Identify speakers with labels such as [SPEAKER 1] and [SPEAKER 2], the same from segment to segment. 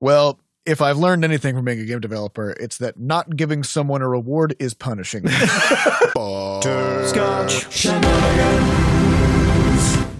[SPEAKER 1] Well, if I've learned anything from being a game developer, it's that not giving someone a reward is punishing. them.
[SPEAKER 2] Scotch.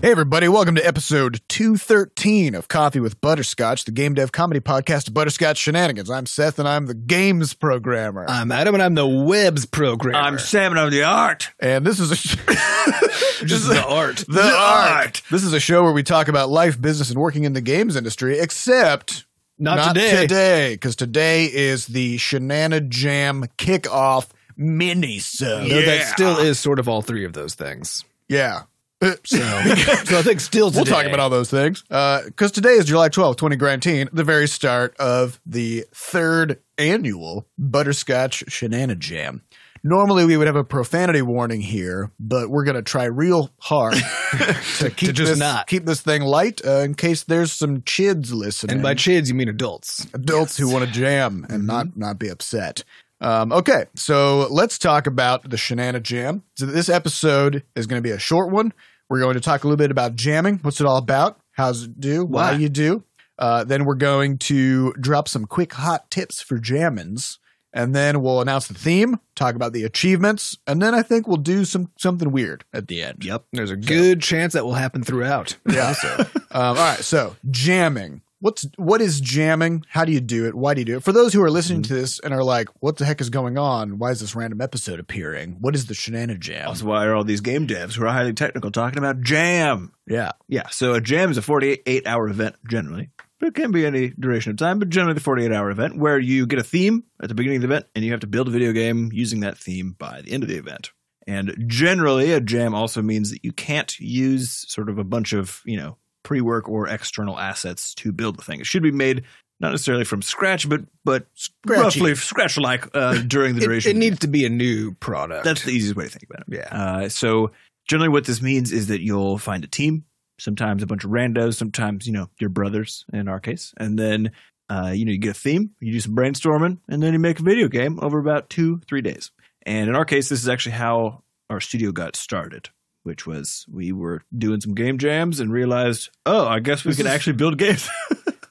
[SPEAKER 1] hey, everybody, welcome to episode 213 of Coffee with Butterscotch, the game dev comedy podcast of Butterscotch Shenanigans. I'm Seth, and I'm the games programmer.
[SPEAKER 3] I'm Adam, and I'm the webs programmer.
[SPEAKER 2] I'm Sam and I'm the art.
[SPEAKER 1] and this is a.
[SPEAKER 3] just the art.
[SPEAKER 1] The, art. This is a show where we talk about life, business, and working in the games industry, except
[SPEAKER 3] Not today.
[SPEAKER 1] because today is the Shenana Jam kickoff mini sub.
[SPEAKER 3] Though
[SPEAKER 2] Yeah.
[SPEAKER 3] that still is sort of all three of those things.
[SPEAKER 1] Yeah.
[SPEAKER 3] So, so I think still today.
[SPEAKER 1] We'll talk about all those things. Because today is July 12th, 2019, the very start of the third annual Butterscotch Shenana Jam. Normally, we would have a profanity warning here, but we're going to try real hard to keep,
[SPEAKER 3] just
[SPEAKER 1] this,
[SPEAKER 3] not.
[SPEAKER 1] keep this thing light uh, in case there's some chids listening
[SPEAKER 3] And by kids, you mean adults.
[SPEAKER 1] adults who want to jam and not not be upset. Um, okay, so let's talk about the Shenana Jam. So this episode is going to be a short one. We're going to talk a little bit about jamming. What's it all about? How's it do? Why,
[SPEAKER 3] Why?
[SPEAKER 1] you do? Uh, then we're going to drop some quick hot tips for jammins, and then we'll announce the theme, talk about the achievements, and then I think we'll do some something weird at the end.
[SPEAKER 3] Yep. There's a good chance that will happen throughout.
[SPEAKER 1] Yeah. um, all right. So jamming. What's what is jamming? How do you do it? Why do you do it? For those who are listening to this and are like, "What the heck is going on? Why is this random episode appearing? What is the shenanigan jam?"
[SPEAKER 2] That's why are all these game devs who are highly technical talking about jam?
[SPEAKER 1] Yeah.
[SPEAKER 2] Yeah, so a jam is a 48 hour event generally. But it can be any duration of time, but generally the 48 hour event where you get a theme at the beginning of the event and you have to build a video game using that theme by the end of the event. And generally, a jam also means that you can't use sort of a bunch of, you know, pre work or external assets to build the thing. It should be made not necessarily from scratch, but but
[SPEAKER 1] Scratchy.
[SPEAKER 2] roughly scratch like uh, during the
[SPEAKER 3] It,
[SPEAKER 2] duration.
[SPEAKER 3] it needs to be a new product.
[SPEAKER 2] That's the easiest way to think about it.
[SPEAKER 3] yeah.
[SPEAKER 2] Uh, so generally, what this means is that you'll find a team, sometimes a bunch of randos, sometimes you know your brothers in our case, and then uh, you know you get a theme, you do some brainstorming, and then you make a video game over about two three days. And in our case, this is actually how our studio got started. Which was we were doing some game jams and realized, oh, I guess we
[SPEAKER 1] This
[SPEAKER 2] can
[SPEAKER 1] is-
[SPEAKER 2] actually build games.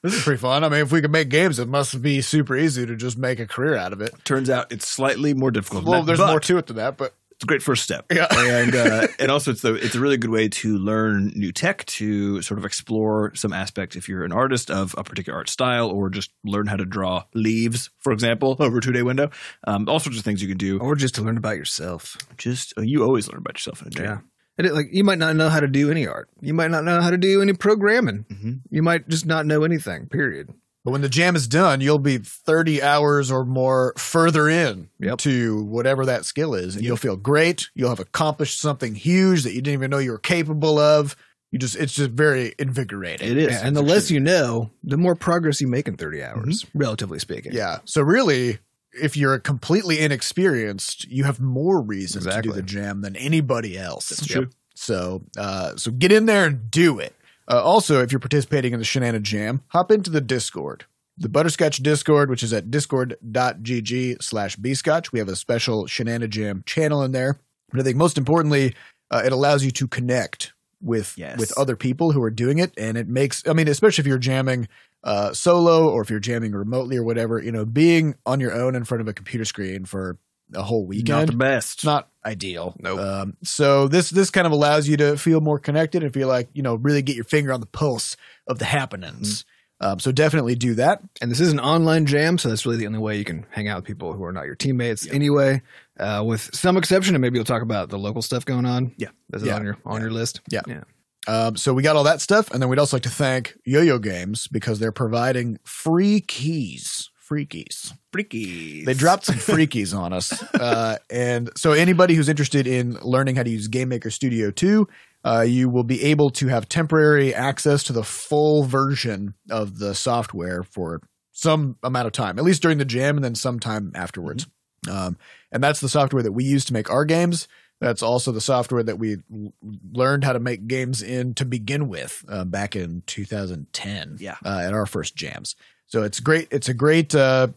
[SPEAKER 1] This is pretty fun. I mean, if we could make games, it must be super easy to just make a career out of it.
[SPEAKER 2] Turns out it's slightly more difficult. than
[SPEAKER 1] Well,
[SPEAKER 2] that,
[SPEAKER 1] there's
[SPEAKER 2] but
[SPEAKER 1] more to it than that, but
[SPEAKER 2] It's a great first step.
[SPEAKER 1] yeah.
[SPEAKER 2] and uh, and also it's the, it's a really good way to learn new tech to sort of explore some aspect if you're an artist of a particular art style or just learn how to draw leaves for example over a two day window um, all sorts of things you can
[SPEAKER 1] Oh.
[SPEAKER 2] do
[SPEAKER 3] or just to learn about yourself.
[SPEAKER 2] just uh, you always learn about yourself in a day
[SPEAKER 3] And it, like you might not know how to do any art. You might not know how to do any programming.
[SPEAKER 2] Mhm.
[SPEAKER 3] You might just not know anything. Period.
[SPEAKER 1] But when the jam is done, you'll be 30 hours or more further in
[SPEAKER 3] Yep.
[SPEAKER 1] to whatever that skill is. And you'll feel great. You'll have accomplished something huge that you didn't even know you were capable of. You just it's just very invigorating.
[SPEAKER 2] it is
[SPEAKER 3] Yeah, and the less you know, the more progress you make in 30 hours, relatively speaking.
[SPEAKER 1] Yeah. So really, if you're completely inexperienced, you have more reason to do
[SPEAKER 3] Exactly.
[SPEAKER 1] the jam than anybody else.
[SPEAKER 2] That's true.
[SPEAKER 1] So uh, so get in there and do it. Uh, also, if you're participating in the Shenana Jam, hop into the Discord. The Butterscotch Discord, which is at discord.gg slash bscotch. We have a special Shenana Jam channel in there. But I think most importantly, uh, it allows you to connect with
[SPEAKER 2] Yes.
[SPEAKER 1] with other people who are doing it. And it makes, I mean, especially if you're jamming uh, solo or if you're jamming remotely or whatever, you know, being on your own in front of a computer screen for a whole
[SPEAKER 2] not
[SPEAKER 1] weekend
[SPEAKER 2] the best
[SPEAKER 1] it's not ideal.
[SPEAKER 3] Nope.
[SPEAKER 1] Um, so this this kind of allows you to feel more connected and feel like you know really get your finger on the pulse of the happenings. Um, so definitely do that.
[SPEAKER 3] And this is an online jam, so that's really the only way you can hang out with people who are not your teammates anyway. Uh, with some exception, and maybe you'll talk about the local stuff going on.
[SPEAKER 2] Yeah.
[SPEAKER 3] Is it
[SPEAKER 1] Yeah.
[SPEAKER 3] on your on your list?
[SPEAKER 1] Yeah.
[SPEAKER 3] Yeah.
[SPEAKER 1] Um, so we got all that stuff, and then we'd also like to thank Yo-Yo Games because they're providing free keys. Free keys.
[SPEAKER 2] freaky
[SPEAKER 1] They dropped some free keys on us, uh, and so anybody who's interested in learning how to use Game Maker Studio 2, uh, you will be able to have temporary access to the full version of the software for some amount of time, at least during the jam, and then sometime afterwards. Um, and that's the software that we use to make our games. That's also the software that we l- learned how to make games in to begin with uh, back in 2010
[SPEAKER 2] Yeah.
[SPEAKER 1] uh, at our first jams. So it's great. It's a great uh,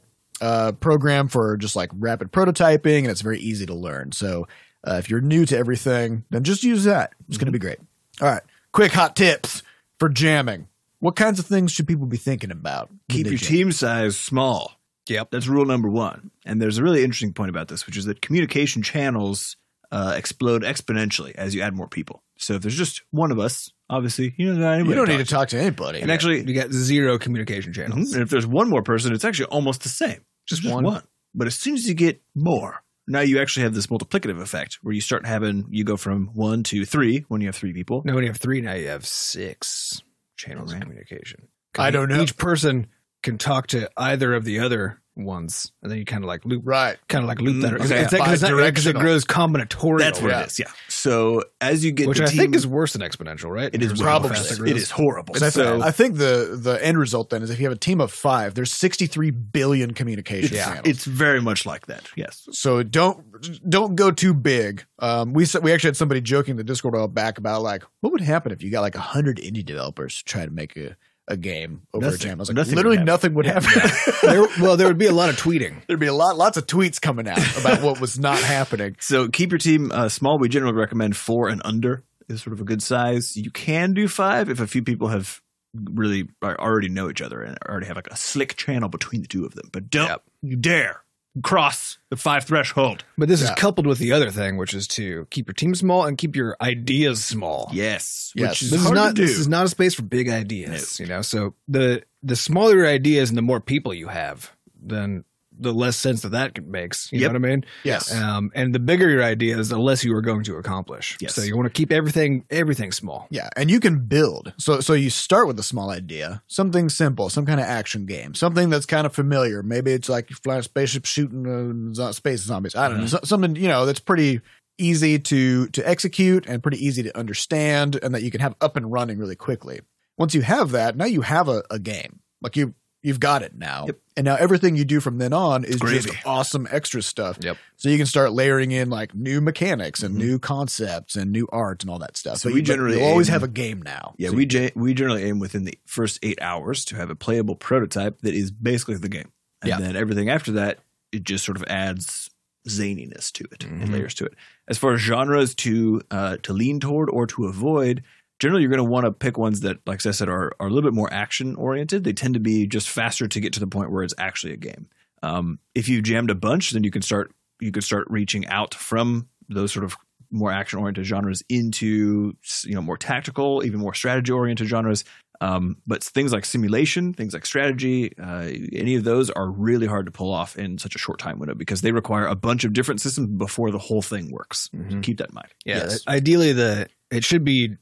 [SPEAKER 1] uh, program for just like rapid prototyping, and it's very easy to learn. So uh, if you're new to
[SPEAKER 2] Mm-hmm.
[SPEAKER 1] everything, then just use that. It's going to be great. All right, quick hot tips for jamming. What kinds of things should people be thinking about? when
[SPEAKER 2] Keep
[SPEAKER 1] they
[SPEAKER 2] your
[SPEAKER 1] jam?
[SPEAKER 2] team size small.
[SPEAKER 3] Yep.
[SPEAKER 2] That's rule number one. And there's a really interesting point about this, which is that communication channels uh, explode exponentially as you add more people. So if there's just one of us, obviously, you know,
[SPEAKER 1] You don't need to talk to anybody.
[SPEAKER 2] And actually,
[SPEAKER 3] You got zero communication
[SPEAKER 2] Mhm.
[SPEAKER 3] channels.
[SPEAKER 2] And if there's one more person, it's actually almost the same. Just,
[SPEAKER 3] Just
[SPEAKER 2] one.
[SPEAKER 3] one.
[SPEAKER 2] But as soon as you get more, now you actually have this multiplicative effect where you start having, you go from one to three when you have three people.
[SPEAKER 3] Now when you have three, now you have six channels
[SPEAKER 2] Right.
[SPEAKER 3] of communication.
[SPEAKER 1] I don't know.
[SPEAKER 3] Each person can talk to either of the other ones, and then you kind of like loop,
[SPEAKER 1] Right.
[SPEAKER 3] kind of like loop that.
[SPEAKER 2] Mm,
[SPEAKER 3] It's,
[SPEAKER 2] okay.
[SPEAKER 3] it's, like- it's not- 'cause it
[SPEAKER 1] Bidirectional.
[SPEAKER 3] grows combinatorial,
[SPEAKER 2] That's what
[SPEAKER 1] Yeah.
[SPEAKER 2] it is. Yeah. So as you get
[SPEAKER 3] which
[SPEAKER 2] to
[SPEAKER 3] I
[SPEAKER 2] team,
[SPEAKER 3] think is worse than exponential, right?
[SPEAKER 2] it
[SPEAKER 3] In
[SPEAKER 2] is
[SPEAKER 3] terms of how
[SPEAKER 1] probably-
[SPEAKER 3] fast
[SPEAKER 2] horrible.
[SPEAKER 3] grows.
[SPEAKER 2] It is horrible.
[SPEAKER 1] So,
[SPEAKER 2] So
[SPEAKER 1] I think the the end result then is if you have a team of five, there's 63 billion communication
[SPEAKER 3] Yeah.
[SPEAKER 1] channels.
[SPEAKER 2] it's very much like that. Yes.
[SPEAKER 1] so don't don't go too big. Um, we said- we actually had somebody joking in the Discord a while back about like what would happen if you got like hundred indie developers try to make a, a game over
[SPEAKER 2] Nothing.
[SPEAKER 1] a channel. It's Like,
[SPEAKER 2] Nothing would
[SPEAKER 1] literally
[SPEAKER 2] happen.
[SPEAKER 1] nothing would happen.
[SPEAKER 3] There- well, there would be a lot of tweeting.
[SPEAKER 1] There'd be a lot lots of tweets coming out about what was not happening.
[SPEAKER 2] So keep your team uh, small. We generally recommend four and under is sort of a good size. You can do five if a few people have really are, already know each other and already have like a slick channel between the two of them. But don't
[SPEAKER 3] Yep.
[SPEAKER 2] you dare cross the five threshold.
[SPEAKER 3] But this
[SPEAKER 1] Yeah.
[SPEAKER 3] is coupled with the other thing, which is to keep your team small and keep your ideas small.
[SPEAKER 2] Yes.
[SPEAKER 1] Yes.
[SPEAKER 2] Which is
[SPEAKER 3] This is
[SPEAKER 2] hard
[SPEAKER 3] not
[SPEAKER 2] to do.
[SPEAKER 3] this is not a space for big ideas. You know, so the the smaller your ideas and the more people you have, then the less sense that that makes. You
[SPEAKER 2] Yep.
[SPEAKER 3] know what I mean?
[SPEAKER 1] Yes.
[SPEAKER 3] Um, and the bigger your ideas, the less you are going to accomplish.
[SPEAKER 2] Yes.
[SPEAKER 3] So you want to keep everything everything small.
[SPEAKER 1] Yeah, and you can build. So so you start with a small idea, something simple, some kind of action game, something that's kind of familiar. Maybe it's like you fly a spaceship shooting uh, zo- space zombies. I don't know.
[SPEAKER 2] Mhm.
[SPEAKER 1] So, something, you know, that's pretty easy to to execute and pretty easy to understand and that you can have up and running really quickly. Once you have that, now you have a, a game. Like you you've got it now.
[SPEAKER 2] Yep.
[SPEAKER 1] And now everything you do from then on is
[SPEAKER 2] Gravy.
[SPEAKER 1] just awesome extra stuff.
[SPEAKER 3] Yep.
[SPEAKER 1] So you can start layering in like new mechanics and
[SPEAKER 2] Mhm.
[SPEAKER 1] new concepts and new art and all that stuff. Uh,
[SPEAKER 2] So
[SPEAKER 1] But
[SPEAKER 2] we
[SPEAKER 1] you- but
[SPEAKER 2] generally
[SPEAKER 1] you'll always
[SPEAKER 2] aim-
[SPEAKER 1] have a game now.
[SPEAKER 2] yeah,
[SPEAKER 1] So
[SPEAKER 2] we ge- we generally aim within the first eight hours to have a playable prototype that is basically the game, and
[SPEAKER 3] Yeah.
[SPEAKER 2] then everything after that it just sort of adds zaniness to it and
[SPEAKER 3] Mhm.
[SPEAKER 2] layers to it. As far as genres to uh, to lean toward or to avoid, generally you're going to want to pick ones that, like I said, are are a little bit more action oriented. They tend to be just faster to get to the point where it's actually a game. Um, if you jammed a bunch, then you can start you can start reaching out from those sort of more action oriented genres into you know more tactical, even more strategy oriented genres. Um, but things like simulation, things like strategy, uh, any of those are really hard to pull off in such a short time window because they require a bunch of different systems before the whole thing works.
[SPEAKER 3] Mhm.
[SPEAKER 2] Keep that in mind.
[SPEAKER 3] Yeah.
[SPEAKER 1] Yes.
[SPEAKER 3] Ideally, the it should be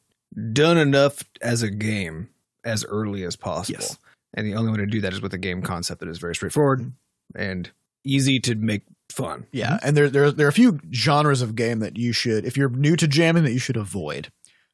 [SPEAKER 3] done enough as a game as early as possible.
[SPEAKER 2] Yes.
[SPEAKER 3] And the only way to do that is with a game concept that is very straightforward and easy to make fun.
[SPEAKER 1] Yeah,
[SPEAKER 2] Mm-hmm.
[SPEAKER 1] and there, there there are a few genres of game that you should, if you're new to jamming, that you should avoid.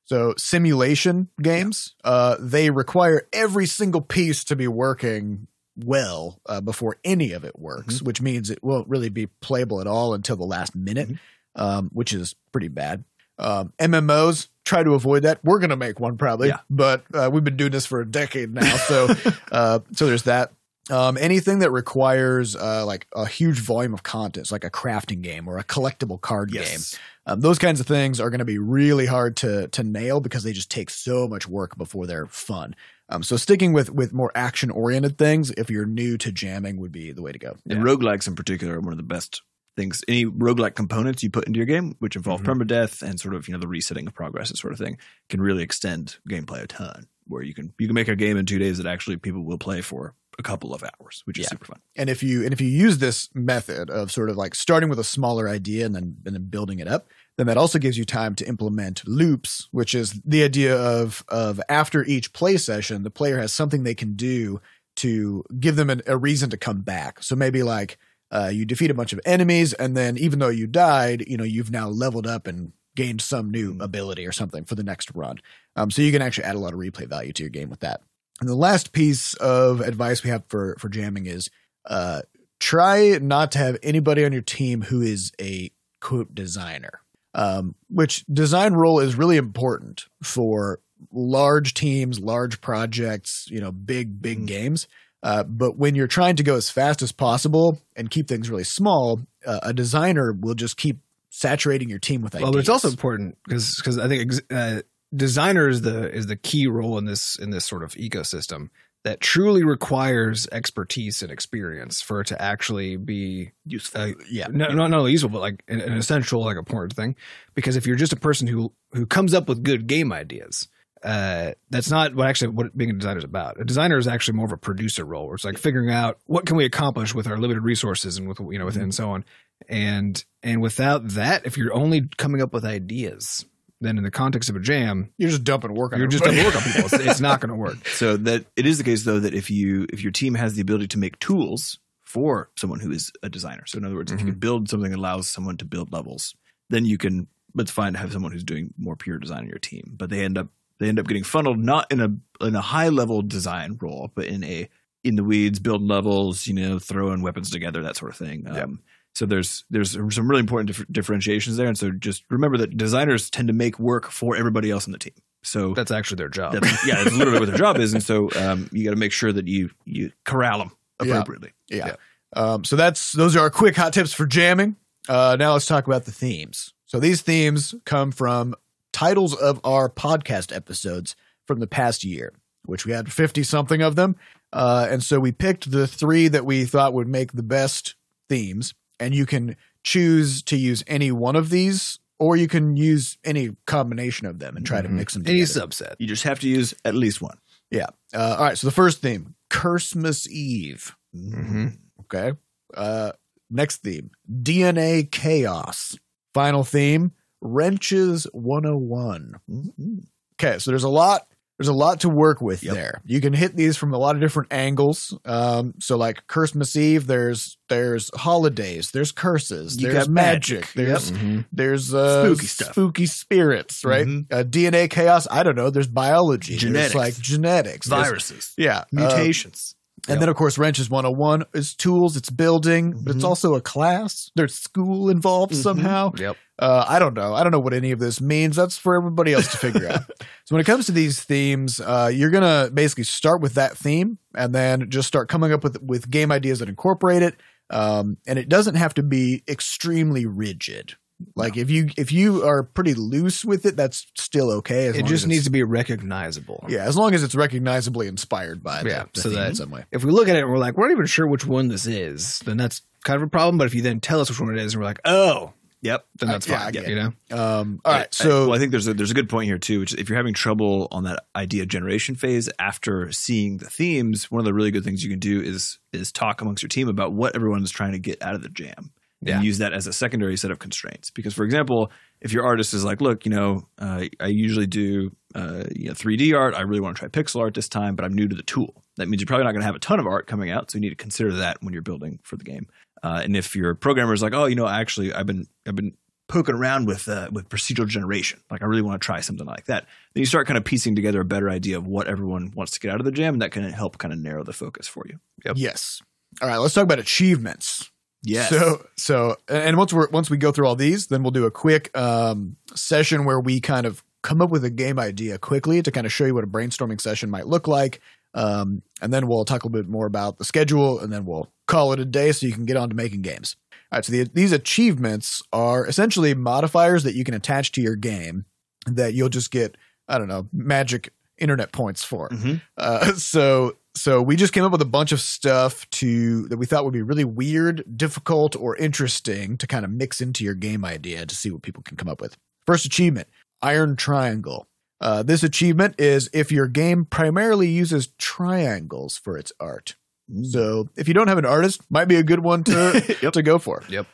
[SPEAKER 1] So simulation games, uh, they require every single piece to be working well uh, before any of it works, which means it won't really be playable at all until the last minute,
[SPEAKER 2] Mhm.
[SPEAKER 1] um, which is pretty bad. Um, MMOs try to avoid that. We're gonna make one probably,
[SPEAKER 2] Yeah.
[SPEAKER 1] but uh, we've been doing this for a decade now, so uh, so there's that. Um, anything that requires uh, like a huge volume of content, so like a crafting game or a collectible card game, um, those kinds of things are going to be really hard to to nail because they just take so much work before they're fun. Um, so sticking with with more action oriented things, if you're new to jamming, would be the way to go.
[SPEAKER 2] And roguelikes in particular are one of the best things. Any roguelike components you put into your game, which involve
[SPEAKER 3] Mhm.
[SPEAKER 2] permadeath and sort of, you know, the resetting of progress and sort of thing, can really extend gameplay a ton. Where you can you can make a game in two days that actually people will play for a couple of hours, which is
[SPEAKER 1] Yeah.
[SPEAKER 2] super fun.
[SPEAKER 1] And if you and if you use this method of sort of like starting with a smaller idea and then and then building it up, then that also gives you time to implement loops, which is the idea of of after each play session, the player has something they can do to give them an, a reason to come back. So maybe like uh, you defeat a bunch of enemies, and then even though you died, you know you've now leveled up and gained some new ability or something for the next run. Um, so you can actually add a lot of replay value to your game with that. And the last piece of advice we have for for jamming is uh, try not to have anybody on your team who is a quote designer, um, which design role is really important for large teams, large projects, you know, big, big
[SPEAKER 2] Mhm.
[SPEAKER 1] games. Uh, but when you're trying to go as fast as possible and keep things really small, uh, a designer will just keep saturating your team with ideas.
[SPEAKER 3] Well, but it's also important because I think ex- uh, designer is the is the key role in this in this sort of ecosystem that truly requires expertise and experience for it to actually be
[SPEAKER 2] Useful.
[SPEAKER 3] Uh, yeah, no, not not only useful, but like an, an essential, like important thing. Because if you're just a person who who comes up with good game ideas, uh, that's not what actually what being a designer is about. A designer is actually more of a producer role, where it's like figuring out what can we accomplish with our limited resources and with you know with
[SPEAKER 1] Mm-hmm.
[SPEAKER 3] and so on. And and without that, if you're only coming up with ideas, then in the context of a jam,
[SPEAKER 1] You're just dumping work on
[SPEAKER 3] you're just
[SPEAKER 1] everybody.
[SPEAKER 3] going to work on people. It's, it's not going to work.
[SPEAKER 2] So that it is the case though that if you if your team has the ability to make tools for someone who is a designer. So in other words, if you can build something that allows someone to build levels, then you can it's fine to have someone who's doing more pure design in your team. But they end up they end up getting funneled not in a in a high level design role, but in a in the weeds, build levels, you know, throwing weapons together, that sort of thing.
[SPEAKER 3] Yep.
[SPEAKER 2] Um, so there's there's some really important dif- differentiations there, and so just remember that designers tend to make work for everybody else on the team. So
[SPEAKER 3] That's actually their job.
[SPEAKER 2] that's, yeah, that's literally what their job is, and so um, you got to make sure that you you corral them
[SPEAKER 1] Yeah.
[SPEAKER 2] appropriately.
[SPEAKER 1] yeah. Um, so that's those are our quick hot tips for jamming. Uh, now let's talk about the themes. So these themes come from titles of our podcast episodes from the past year, which we had fifty something of them, uh, and so we picked the three that we thought would make the best themes, and you can choose to use any one of these, or you can use any combination of them and try to
[SPEAKER 3] Mhm.
[SPEAKER 1] mix them together.
[SPEAKER 3] Any subset.
[SPEAKER 2] You just have to use at least one.
[SPEAKER 1] yeah. Uh, all right. So the first theme, Christmas Eve. Mm-hmm.
[SPEAKER 3] Mhm.
[SPEAKER 1] Okay. Uh, next theme DNA chaos. Final theme wrenches 101.
[SPEAKER 2] Mhm.
[SPEAKER 1] Mm-hmm. Okay. So there's a lot. There's a lot to work with
[SPEAKER 2] Yep.
[SPEAKER 1] there. You can hit these from a lot of different angles. Um, so like Christmas Eve, there's there's holidays, there's curses,
[SPEAKER 2] You
[SPEAKER 1] there's
[SPEAKER 2] got
[SPEAKER 1] magic,
[SPEAKER 2] magic.
[SPEAKER 1] there's
[SPEAKER 3] Mhm.
[SPEAKER 1] there's uh,
[SPEAKER 2] Spooky stuff.
[SPEAKER 1] spooky spirits, right?
[SPEAKER 2] Mhm.
[SPEAKER 1] Uh, DNA chaos. I don't know. There's biology,
[SPEAKER 2] Genetics.
[SPEAKER 1] there's like genetics, There's-
[SPEAKER 2] Viruses,
[SPEAKER 1] yeah, uh,
[SPEAKER 2] mutations.
[SPEAKER 1] and
[SPEAKER 3] Yep.
[SPEAKER 1] then, of course, Wrenches 101 is tools, it's building, but
[SPEAKER 3] Mm-hmm.
[SPEAKER 1] it's
[SPEAKER 2] Mhm.
[SPEAKER 1] also a class. There's school involved
[SPEAKER 2] Mhm.
[SPEAKER 1] somehow.
[SPEAKER 3] Yep.
[SPEAKER 1] Uh, I don't know. I don't know what any of this means. That's for everybody else to figure out. So, when it comes to these themes, uh, you're going to basically start with that theme and then just start coming up with, with game ideas that incorporate it. Um, and it doesn't have to be extremely rigid. Like if you if you are pretty loose with it, that's still okay. As
[SPEAKER 3] It
[SPEAKER 1] long
[SPEAKER 3] just
[SPEAKER 1] as
[SPEAKER 3] needs
[SPEAKER 1] it's-
[SPEAKER 3] to be recognizable.
[SPEAKER 1] yeah, as long as it's recognizably inspired by the,
[SPEAKER 3] Yeah,
[SPEAKER 1] the
[SPEAKER 3] so
[SPEAKER 1] theme in
[SPEAKER 3] that-
[SPEAKER 1] some way.
[SPEAKER 3] if we look at it and we're like, we're not even sure which one this is, then that's kind of a problem. But if you then tell us which one it is and we're like, oh,
[SPEAKER 2] Yep.
[SPEAKER 3] then that's
[SPEAKER 1] Uh, yeah, I
[SPEAKER 3] fine.
[SPEAKER 1] get
[SPEAKER 3] you know?
[SPEAKER 1] Um, all
[SPEAKER 2] I- I-
[SPEAKER 1] right, so
[SPEAKER 2] well, I think there's a, there's a good point here too, which is if you're having trouble on that idea generation phase after seeing the themes, one of the really good things you can do is is talk amongst your team about what everyone's trying to get out of the jam,
[SPEAKER 3] Yeah.
[SPEAKER 2] and use that as a secondary set of constraints. Because for example, if your artist is like, look, you know, uh, I usually do uh, you know 3D art, I really want to try pixel art this time, but I'm new to the tool. That means you're probably not going to have a ton of art coming out, so you need to consider that when you're building for the game. Uh, and if your programmer is like, oh, you know, actually, I've been I've been poking around with uh, with procedural generation. Like I really want to try something like that. Then you start kind of piecing together a better idea of what everyone wants to get out of the jam, and that can help kind of narrow the focus for you.
[SPEAKER 3] Yep.
[SPEAKER 1] Yes. All right, let's talk about achievements.
[SPEAKER 2] Yes.
[SPEAKER 1] So so and once we're once we go through all these, then we'll do a quick um, session where we kind of come up with a game idea quickly to kind of show you what a brainstorming session might look like. Um, and then we'll talk a little bit more about the schedule, and then we'll call it a day so you can get on to making games. All right, so the, these achievements are essentially modifiers that you can attach to your game that you'll just get, I don't know, magic internet points for.
[SPEAKER 2] Mhm.
[SPEAKER 1] Uh, so so we just came up with a bunch of stuff to that we thought would be really weird, difficult, or interesting to kind of mix into your game idea to see what people can come up with. First achievement: Iron Triangle. Uh, this achievement is if your game primarily uses triangles for its art. So if you don't have an artist, might be a good one to
[SPEAKER 2] Yep.
[SPEAKER 1] to go for.
[SPEAKER 3] Yep.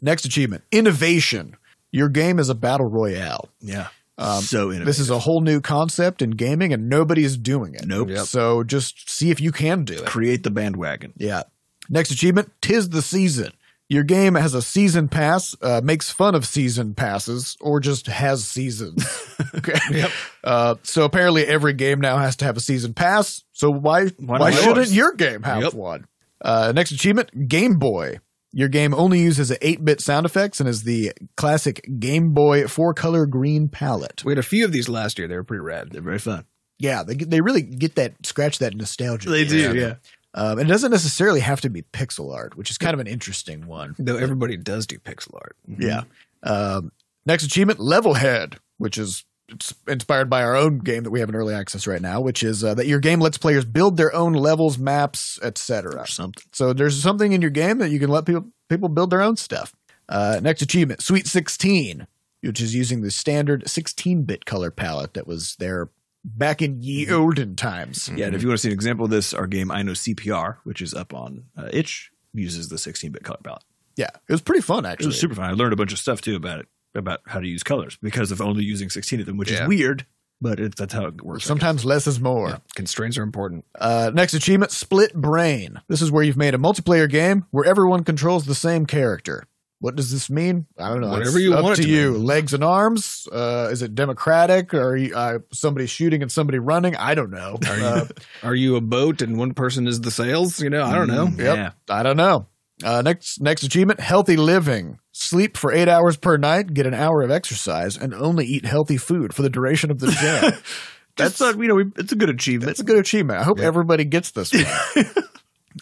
[SPEAKER 1] Next achievement: Innovation. Your game is a battle royale.
[SPEAKER 2] yeah.
[SPEAKER 1] Um,
[SPEAKER 2] so innovative.
[SPEAKER 1] This is a whole new concept in gaming, and nobody's doing it.
[SPEAKER 2] nope.
[SPEAKER 3] Yep.
[SPEAKER 1] So just see if you can do it.
[SPEAKER 2] Create the bandwagon.
[SPEAKER 1] Yeah. Next achievement, tis the season. Your game has a season pass, uh, makes fun of season passes, or just has seasons. okay.
[SPEAKER 3] Yep.
[SPEAKER 1] Uh, so apparently, every game now has to have a season pass. So why why,
[SPEAKER 2] Why not
[SPEAKER 1] shouldn't
[SPEAKER 2] yours?
[SPEAKER 1] your game have
[SPEAKER 3] Yep.
[SPEAKER 1] one? Uh, next achievement, Game Boy. Your game only uses 8 bit sound effects and is the classic Game Boy four color green palette.
[SPEAKER 3] We had a few of these last year. They were pretty rad.
[SPEAKER 2] They're very fun.
[SPEAKER 1] Yeah, they, they really get that, scratch that nostalgia.
[SPEAKER 3] do,
[SPEAKER 2] Yeah.
[SPEAKER 1] Um, and it doesn't necessarily have to be pixel art, which is kind of an interesting one.
[SPEAKER 3] Though everybody does do pixel art.
[SPEAKER 1] Yeah. Um, next achievement, level head, which is it's inspired by our own game that we have in early access right now, which is uh, that your game lets players build their own levels, maps, etc.
[SPEAKER 2] or something.
[SPEAKER 1] So there's something in your game that you can let people people build their own stuff. Uh, next achievement, Sweet 16, which is using the standard 16-bit color palette that was there back in ye olden times.
[SPEAKER 2] Yeah, and if you want to see an example of this, our game I Know CPR, which is up on uh, itch, uses the 16-bit color palette.
[SPEAKER 1] Yeah, it was pretty fun
[SPEAKER 2] It
[SPEAKER 1] actually.
[SPEAKER 2] was super fun. I learned a bunch of stuff too about it, about how to use colors because of only using 16 of them, which
[SPEAKER 3] Yeah.
[SPEAKER 2] is weird, but it, that's how it works. I
[SPEAKER 1] Sometimes less is more.
[SPEAKER 3] Constraints are important.
[SPEAKER 1] Uh, next achievement, Split Brain. This is where you've made a multiplayer game where everyone controls the same character. What does this mean? I don't know.
[SPEAKER 3] Whatever
[SPEAKER 1] It's
[SPEAKER 3] you
[SPEAKER 1] up
[SPEAKER 3] want it
[SPEAKER 1] to,
[SPEAKER 3] to
[SPEAKER 1] you.
[SPEAKER 3] mean.
[SPEAKER 1] Legs and arms. Uh, is it democratic? Or are you, uh, somebody shooting and somebody running? I don't know. Uh,
[SPEAKER 3] Are you a boat and one person is the sails? You know, I don't know.
[SPEAKER 2] Mm,
[SPEAKER 1] Yep.
[SPEAKER 2] Yeah.
[SPEAKER 1] I don't know. Uh, next next achievement: healthy living. Sleep for eight hours per night, get an hour of exercise, and only eat healthy food for the duration of the day.
[SPEAKER 2] That's not, you know, we, it's a good achievement.
[SPEAKER 1] That's a good achievement. I hope
[SPEAKER 3] Yeah.
[SPEAKER 1] everybody gets this one.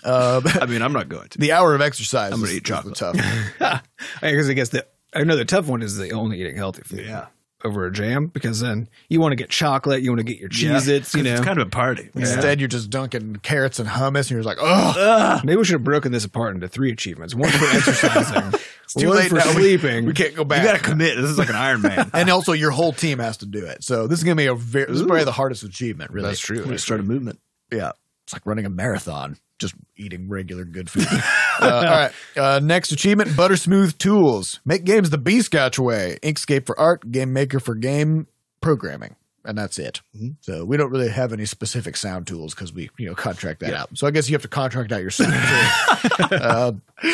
[SPEAKER 1] Um,
[SPEAKER 2] I mean, I'm not going to.
[SPEAKER 1] the hour of exercise
[SPEAKER 2] I'm gonna
[SPEAKER 1] is,
[SPEAKER 2] eat
[SPEAKER 1] is the
[SPEAKER 2] chocolate.
[SPEAKER 1] tough. one.
[SPEAKER 3] Because I guess the another tough one is the only eating healthy food.
[SPEAKER 2] Yeah.
[SPEAKER 3] Over a jam because then you want to get chocolate, you want to get your cheese. Its, you know.
[SPEAKER 2] it's kind of a party.
[SPEAKER 1] Instead, you're just dunking carrots and hummus, and you're just like, oh,
[SPEAKER 2] Ugh.
[SPEAKER 3] Maybe we should have broken this apart into three achievements: one for exercising,
[SPEAKER 1] too
[SPEAKER 3] one
[SPEAKER 1] late
[SPEAKER 3] for
[SPEAKER 1] now. We-
[SPEAKER 3] sleeping.
[SPEAKER 1] we can't go
[SPEAKER 2] you
[SPEAKER 1] back.
[SPEAKER 2] got to commit. This is like an Iron Man.
[SPEAKER 1] and also, your whole team has to do it. So this is gonna be a very. This is probably the hardest achievement. Really,
[SPEAKER 3] That's true.
[SPEAKER 2] We start a movement.
[SPEAKER 1] yeah, it's like running a marathon, just eating regular good food. uh, all right, uh, next achievement: Butter Smooth Tools make games the B Scotch way. Inkscape for art, Game Maker for game programming, and that's it.
[SPEAKER 2] Mhm.
[SPEAKER 1] So we don't really have any specific sound tools because we you know contract that
[SPEAKER 2] Yeah.
[SPEAKER 1] out. So I guess you have to contract out your sound tool. uh, all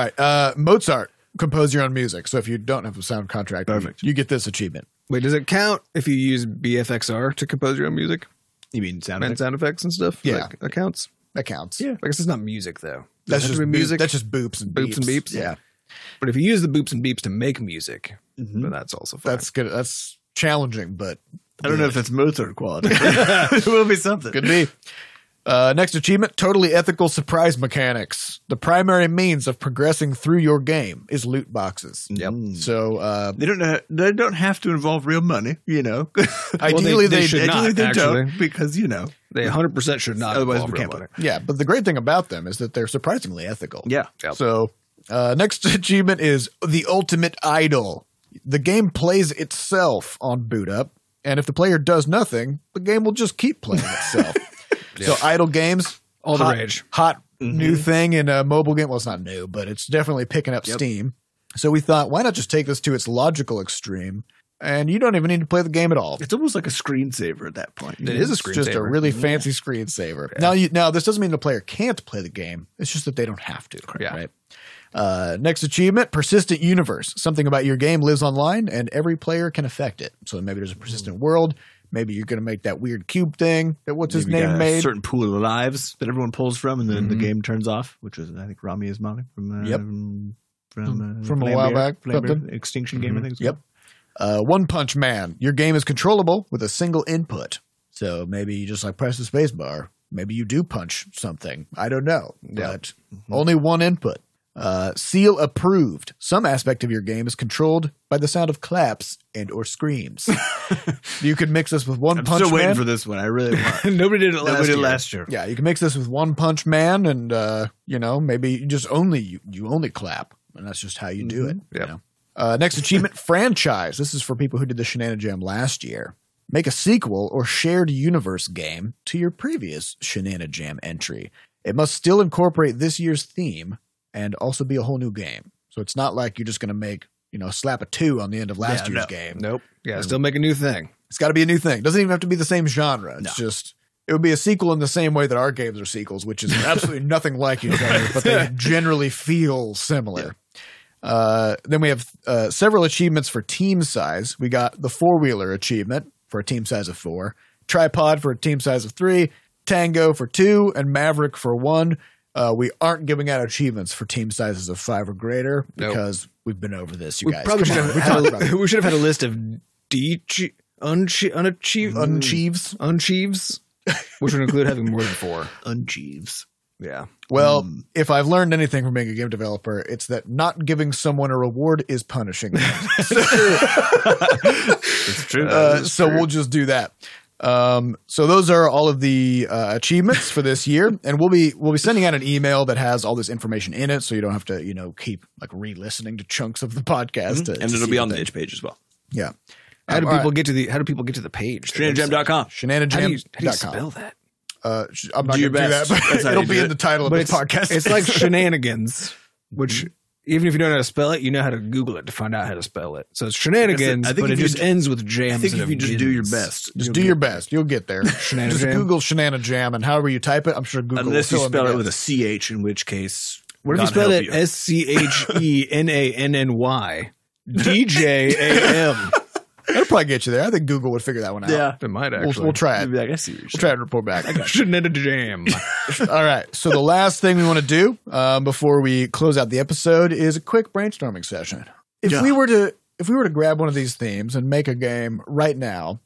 [SPEAKER 1] right, uh, Mozart. Compose your own music. So if you don't have a sound contract, you-
[SPEAKER 2] Perfect.
[SPEAKER 1] you get this achievement.
[SPEAKER 3] Wait, does it count if you use BFXR to compose your own music
[SPEAKER 2] You mean sound
[SPEAKER 3] and sound effects and stuff?
[SPEAKER 1] Yeah.
[SPEAKER 3] Like, that counts.
[SPEAKER 1] That counts.
[SPEAKER 2] Yeah.
[SPEAKER 3] I guess it's not music though.
[SPEAKER 1] That's
[SPEAKER 3] Does it have
[SPEAKER 1] just
[SPEAKER 3] to be
[SPEAKER 1] music.
[SPEAKER 3] music.
[SPEAKER 1] That's just boops and
[SPEAKER 3] Boops and beeps?
[SPEAKER 1] Yeah,
[SPEAKER 3] but if you use the boops and beeps to make music,
[SPEAKER 2] Mhm.
[SPEAKER 3] then that's also fine.
[SPEAKER 1] Mm-hmm. that's good. That's challenging, but
[SPEAKER 2] I don't know if that's Mozart quality. it will be something.
[SPEAKER 1] Could be. Uh, next achievement totally ethical surprise mechanics. The primary means of progressing through your game is loot boxes.
[SPEAKER 3] Yep.
[SPEAKER 2] Mm.
[SPEAKER 1] So uh,
[SPEAKER 2] They don't. know- They don't have to involve real money. You know.
[SPEAKER 3] they-
[SPEAKER 1] ideally,
[SPEAKER 3] they
[SPEAKER 1] they,
[SPEAKER 3] should-
[SPEAKER 1] did-
[SPEAKER 3] not,
[SPEAKER 2] Ideally, they
[SPEAKER 3] actually.
[SPEAKER 2] don't because you know.
[SPEAKER 3] they 100 percent should not.
[SPEAKER 2] Otherwise,
[SPEAKER 3] involve
[SPEAKER 2] we
[SPEAKER 3] real
[SPEAKER 2] can't
[SPEAKER 3] money.
[SPEAKER 1] Yeah, but the great thing about them is that they're surprisingly ethical.
[SPEAKER 2] Yeah.
[SPEAKER 3] Yep.
[SPEAKER 1] So uh, next achievement is the ultimate idol. The game plays itself on boot up, and if the player does nothing, the game will just keep playing itself. So idle games,
[SPEAKER 3] All the
[SPEAKER 1] hot,
[SPEAKER 3] rage.
[SPEAKER 1] hot
[SPEAKER 3] Mm-hmm.
[SPEAKER 2] Mhm.
[SPEAKER 1] new thing in a mobile game. Well, it's not new, but it's definitely picking up
[SPEAKER 2] Yep.
[SPEAKER 1] steam. So we thought, why not just take this to its logical extreme? And you don't even need to play the game at all.
[SPEAKER 2] It's almost like a screensaver at that point.
[SPEAKER 3] It is a
[SPEAKER 1] It's just a
[SPEAKER 3] screensaver.
[SPEAKER 1] really fancy screensaver. Now, you, now this doesn't mean the player can't play the game. It's just that they don't have to.
[SPEAKER 3] Yeah.
[SPEAKER 1] Right. Uh, next achievement: persistent universe. Something about your game lives online, and every player can affect it. So maybe there's a
[SPEAKER 3] Mm.
[SPEAKER 1] persistent world. Maybe you're going to make that weird cube thing that what's his
[SPEAKER 2] Maybe you got
[SPEAKER 1] name
[SPEAKER 2] a
[SPEAKER 1] made. Mm-hmm.
[SPEAKER 2] certain pool of lives that everyone pulls from, and then the game turns off, which was I think Rami Ismaili from uh,
[SPEAKER 1] Yep.
[SPEAKER 2] from from, uh,
[SPEAKER 1] From a while
[SPEAKER 2] Flambeer-
[SPEAKER 1] back,
[SPEAKER 2] Flambeer
[SPEAKER 1] something.
[SPEAKER 2] Extinction game. I think. it's
[SPEAKER 1] Yep.
[SPEAKER 2] called.
[SPEAKER 1] uh, One Punch Man. Your game is controllable with a single input. So maybe you just like press the space bar. Maybe you do punch something. I don't know. But only one input. Uh, seal approved. Some aspect of your game is controlled by the sound of claps and or screams. you could mix this with One
[SPEAKER 2] I'm
[SPEAKER 1] Punch
[SPEAKER 2] still waiting
[SPEAKER 1] Man.
[SPEAKER 2] for this one. I really want.
[SPEAKER 3] Nobody did it
[SPEAKER 2] Nobody
[SPEAKER 3] last
[SPEAKER 2] did
[SPEAKER 3] year.
[SPEAKER 2] last year.
[SPEAKER 1] yeah, you can mix this with One Punch Man, and uh, you know maybe you just only you, you only clap, and that's just how you do it.
[SPEAKER 2] Mm-hmm.
[SPEAKER 1] you
[SPEAKER 3] Yep.
[SPEAKER 1] know? uh, next achievement franchise. This is for people who did the Shenanigan Jam last year. Make a sequel or shared universe game to your previous Shenanigan Jam entry. It must still incorporate this year's theme and also be a whole new game. So it's not like you're just going to make you know slap a two on the end of last
[SPEAKER 2] Yeah,
[SPEAKER 1] year's
[SPEAKER 2] no.
[SPEAKER 1] game.
[SPEAKER 3] Nope. Yeah. Still make a new thing.
[SPEAKER 1] It's got to be a new thing. It doesn't even have to be the same genre. It's just it would be a sequel in the same way that our games are sequels, which is absolutely nothing like each other, but they generally feel similar. Uh, then we have uh, several achievements for team size. We got the four wheeler achievement for a team size of four, tripod for a team size of three, tango for two, and maverick for one. Uh, we aren't giving out achievements for team sizes of five or greater
[SPEAKER 3] Nope.
[SPEAKER 1] because we've been over this. You
[SPEAKER 3] We
[SPEAKER 1] guys
[SPEAKER 3] probably
[SPEAKER 1] Come
[SPEAKER 3] should
[SPEAKER 1] on,
[SPEAKER 3] have,
[SPEAKER 1] we
[SPEAKER 3] had
[SPEAKER 1] talked about
[SPEAKER 3] a, we should have had a list of de- unachie- unachie-
[SPEAKER 1] Mm. unachieves.
[SPEAKER 3] unachieves, which would include having more than four.
[SPEAKER 2] Unjeeves.
[SPEAKER 3] Yeah.
[SPEAKER 1] Well,
[SPEAKER 2] Mm.
[SPEAKER 1] if I've learned anything from being a game developer, it's that not giving someone a reward is punishing. Uh, them.
[SPEAKER 2] it's true.
[SPEAKER 1] Uh, so we'll just do that. Um, so those are all of the uh, achievements for this year, and we'll be we'll be sending out an email that has all this information in it, so you don't have to you know keep like re-listening to chunks of the podcast. to-
[SPEAKER 2] Mm-hmm. and
[SPEAKER 1] to
[SPEAKER 2] it'll
[SPEAKER 1] see
[SPEAKER 2] be
[SPEAKER 1] what
[SPEAKER 2] on the
[SPEAKER 1] they-
[SPEAKER 2] itch page as well.
[SPEAKER 1] yeah.
[SPEAKER 3] How do
[SPEAKER 1] Um, all
[SPEAKER 3] people get to the How do people get to the page?
[SPEAKER 2] Trinajam.com.
[SPEAKER 3] How do you, how do you
[SPEAKER 1] Shenanigans.com.
[SPEAKER 3] spell that?
[SPEAKER 1] Uh, sh- I'm not
[SPEAKER 2] Do your
[SPEAKER 1] going to do that,
[SPEAKER 2] best.
[SPEAKER 1] but
[SPEAKER 2] That's how
[SPEAKER 1] it'll
[SPEAKER 2] you
[SPEAKER 1] be
[SPEAKER 2] do
[SPEAKER 1] in
[SPEAKER 2] it.
[SPEAKER 1] the title of
[SPEAKER 3] But
[SPEAKER 1] this podcast.
[SPEAKER 3] It's like shenanigans, which even if you don't know how to spell it, you know how to Google it to find out how to spell it. So it's shenanigans,
[SPEAKER 2] I think
[SPEAKER 3] but
[SPEAKER 2] if
[SPEAKER 3] it
[SPEAKER 2] you
[SPEAKER 3] just
[SPEAKER 2] ju-
[SPEAKER 3] ends with jams.
[SPEAKER 2] I think
[SPEAKER 3] and
[SPEAKER 2] if you just do your
[SPEAKER 3] begins.
[SPEAKER 2] best,
[SPEAKER 1] just
[SPEAKER 2] you'll
[SPEAKER 1] do
[SPEAKER 2] get-
[SPEAKER 1] your best. You'll get there. just
[SPEAKER 3] Shenanigans.
[SPEAKER 1] Google Shenana Jam, and however you type it, I'm sure Google
[SPEAKER 2] unless you
[SPEAKER 1] will fill
[SPEAKER 2] spell it
[SPEAKER 1] in the
[SPEAKER 2] with
[SPEAKER 1] gaps.
[SPEAKER 2] a ch, in which case,
[SPEAKER 3] What if you
[SPEAKER 2] God
[SPEAKER 3] spell
[SPEAKER 2] help
[SPEAKER 3] it S C H E N A N N Y D J A M?
[SPEAKER 1] That'll probably get you there. I think Google would figure that one out.
[SPEAKER 2] Yeah,
[SPEAKER 3] It might
[SPEAKER 1] We'll, we'll try it.
[SPEAKER 2] You'd be like, I see what you're
[SPEAKER 1] We'll try and report back.
[SPEAKER 3] Shenanigans jam.
[SPEAKER 1] All right. So the last thing we want to do um, before we close out the episode is a quick brainstorming session. If
[SPEAKER 2] Yeah.
[SPEAKER 1] we were to if we were to grab one of these themes and make a game right now,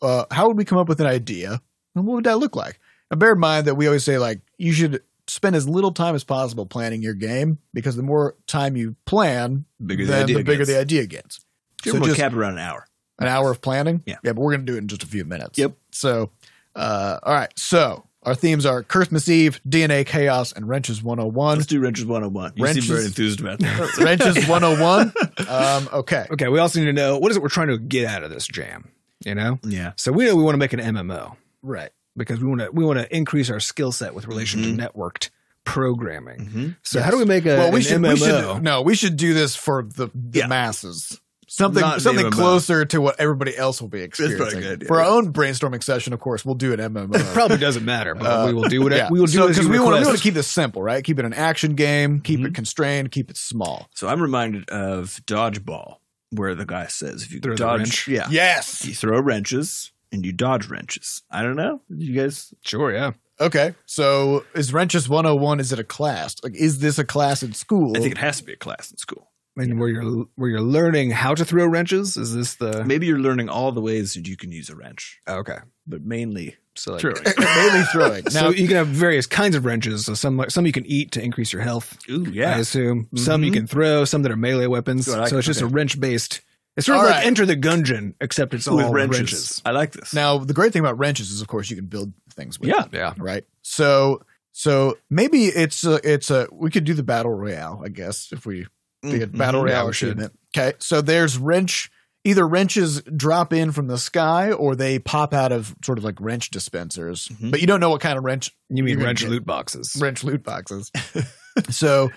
[SPEAKER 1] uh, how would we come up with an idea, and what would that look like? Now, bear in mind that we always say like you should spend as little time as possible planning your game because the more time you plan,
[SPEAKER 2] Bigger the
[SPEAKER 1] then
[SPEAKER 2] idea
[SPEAKER 1] the bigger
[SPEAKER 2] gets.
[SPEAKER 1] the idea gets.
[SPEAKER 2] Give
[SPEAKER 1] So
[SPEAKER 2] them a
[SPEAKER 1] just-
[SPEAKER 2] cap around an hour.
[SPEAKER 1] An hour of planning?
[SPEAKER 2] Yeah.
[SPEAKER 1] but we're going to do it in just a few minutes.
[SPEAKER 2] Yep.
[SPEAKER 1] So, uh, all right. So, our themes are Christmas Eve, DNA Chaos, and oh Wrenches 101.
[SPEAKER 2] Let's do wrenches 101. You
[SPEAKER 1] Wrenches-
[SPEAKER 2] seem very enthused about
[SPEAKER 1] Oh.
[SPEAKER 2] that.
[SPEAKER 1] Wrenches 101. Um, okay.
[SPEAKER 3] Okay, we also need to know what is it we're trying to get out of this jam. You know,
[SPEAKER 2] yeah.
[SPEAKER 3] so we know we want to make an MMO
[SPEAKER 1] Right.
[SPEAKER 3] because we want to we want to increase our skill set with relation
[SPEAKER 2] Mhm.
[SPEAKER 3] to networked programming.
[SPEAKER 2] Mm-hmm.
[SPEAKER 3] So how do we make a
[SPEAKER 1] well, we
[SPEAKER 3] an
[SPEAKER 1] should,
[SPEAKER 3] MMO?
[SPEAKER 1] we should no, we should do this for the, the
[SPEAKER 2] Yeah.
[SPEAKER 1] masses. Something
[SPEAKER 2] Not an
[SPEAKER 1] something
[SPEAKER 2] MMO.
[SPEAKER 1] closer to what everybody else will be
[SPEAKER 2] probably
[SPEAKER 1] experiencing.
[SPEAKER 2] good, yeah.
[SPEAKER 1] For our own brainstorming session, of course, we'll do an MMO.
[SPEAKER 3] It probably doesn't matter, but
[SPEAKER 1] Uh,
[SPEAKER 3] we will do whatever
[SPEAKER 1] Yeah.
[SPEAKER 3] we will do
[SPEAKER 1] So-
[SPEAKER 3] as you
[SPEAKER 1] we want
[SPEAKER 3] request.
[SPEAKER 1] to keep this simple, right? Keep it an action game, keep it constrained, keep it small.
[SPEAKER 2] So I'm reminded of dodgeball, where the guy says, if you
[SPEAKER 3] Throw the
[SPEAKER 2] dodge,
[SPEAKER 3] wrench.
[SPEAKER 2] yeah,
[SPEAKER 1] Yes.
[SPEAKER 2] you throw wrenches and you dodge wrenches. I don't know. You guys,
[SPEAKER 3] Sure, yeah.
[SPEAKER 1] Okay. So is Wrenches 101, is it a class? Like, is this a class in school?
[SPEAKER 2] I think it has to be a class in school.
[SPEAKER 3] And where you're where you're learning how to throw wrenches is this the
[SPEAKER 2] Maybe you're learning all the ways that you can use a wrench,
[SPEAKER 3] oh, okay?
[SPEAKER 2] but mainly
[SPEAKER 3] So like,
[SPEAKER 2] throwing.
[SPEAKER 1] mainly throwing.
[SPEAKER 3] so
[SPEAKER 1] Now,
[SPEAKER 3] you can have various kinds of wrenches. So some some you can eat to increase your health.
[SPEAKER 2] Ooh,
[SPEAKER 3] I
[SPEAKER 2] yeah.
[SPEAKER 3] assume
[SPEAKER 1] Mm-hmm.
[SPEAKER 3] some you
[SPEAKER 2] Mhm.
[SPEAKER 3] can throw, some that are melee weapons.
[SPEAKER 2] Good, I-
[SPEAKER 3] so it's just a
[SPEAKER 2] okay.
[SPEAKER 3] wrench based. It's sort
[SPEAKER 1] All
[SPEAKER 3] of
[SPEAKER 1] right.
[SPEAKER 3] like Enter the Gungeon, except it's all
[SPEAKER 2] With
[SPEAKER 3] wrenches.
[SPEAKER 2] wrenches. I like this.
[SPEAKER 1] now the great thing about wrenches is, of course, you can build things with.
[SPEAKER 2] yeah.
[SPEAKER 1] them,
[SPEAKER 3] Yeah,
[SPEAKER 1] Right. So, so maybe it's a, it's a we could do the battle royale, I guess, if we the
[SPEAKER 2] Mhm.
[SPEAKER 1] battle
[SPEAKER 3] yeah,
[SPEAKER 1] royale
[SPEAKER 3] we should.
[SPEAKER 1] achievement. Okay. So there's wrench. Either wrenches drop in from the sky, or they pop out of sort of like wrench dispensers.
[SPEAKER 2] Mhm.
[SPEAKER 1] But you don't know what kind of wrench
[SPEAKER 3] you mean
[SPEAKER 1] gonna
[SPEAKER 3] wrench
[SPEAKER 1] get-
[SPEAKER 3] loot boxes?
[SPEAKER 1] wrench loot boxes. so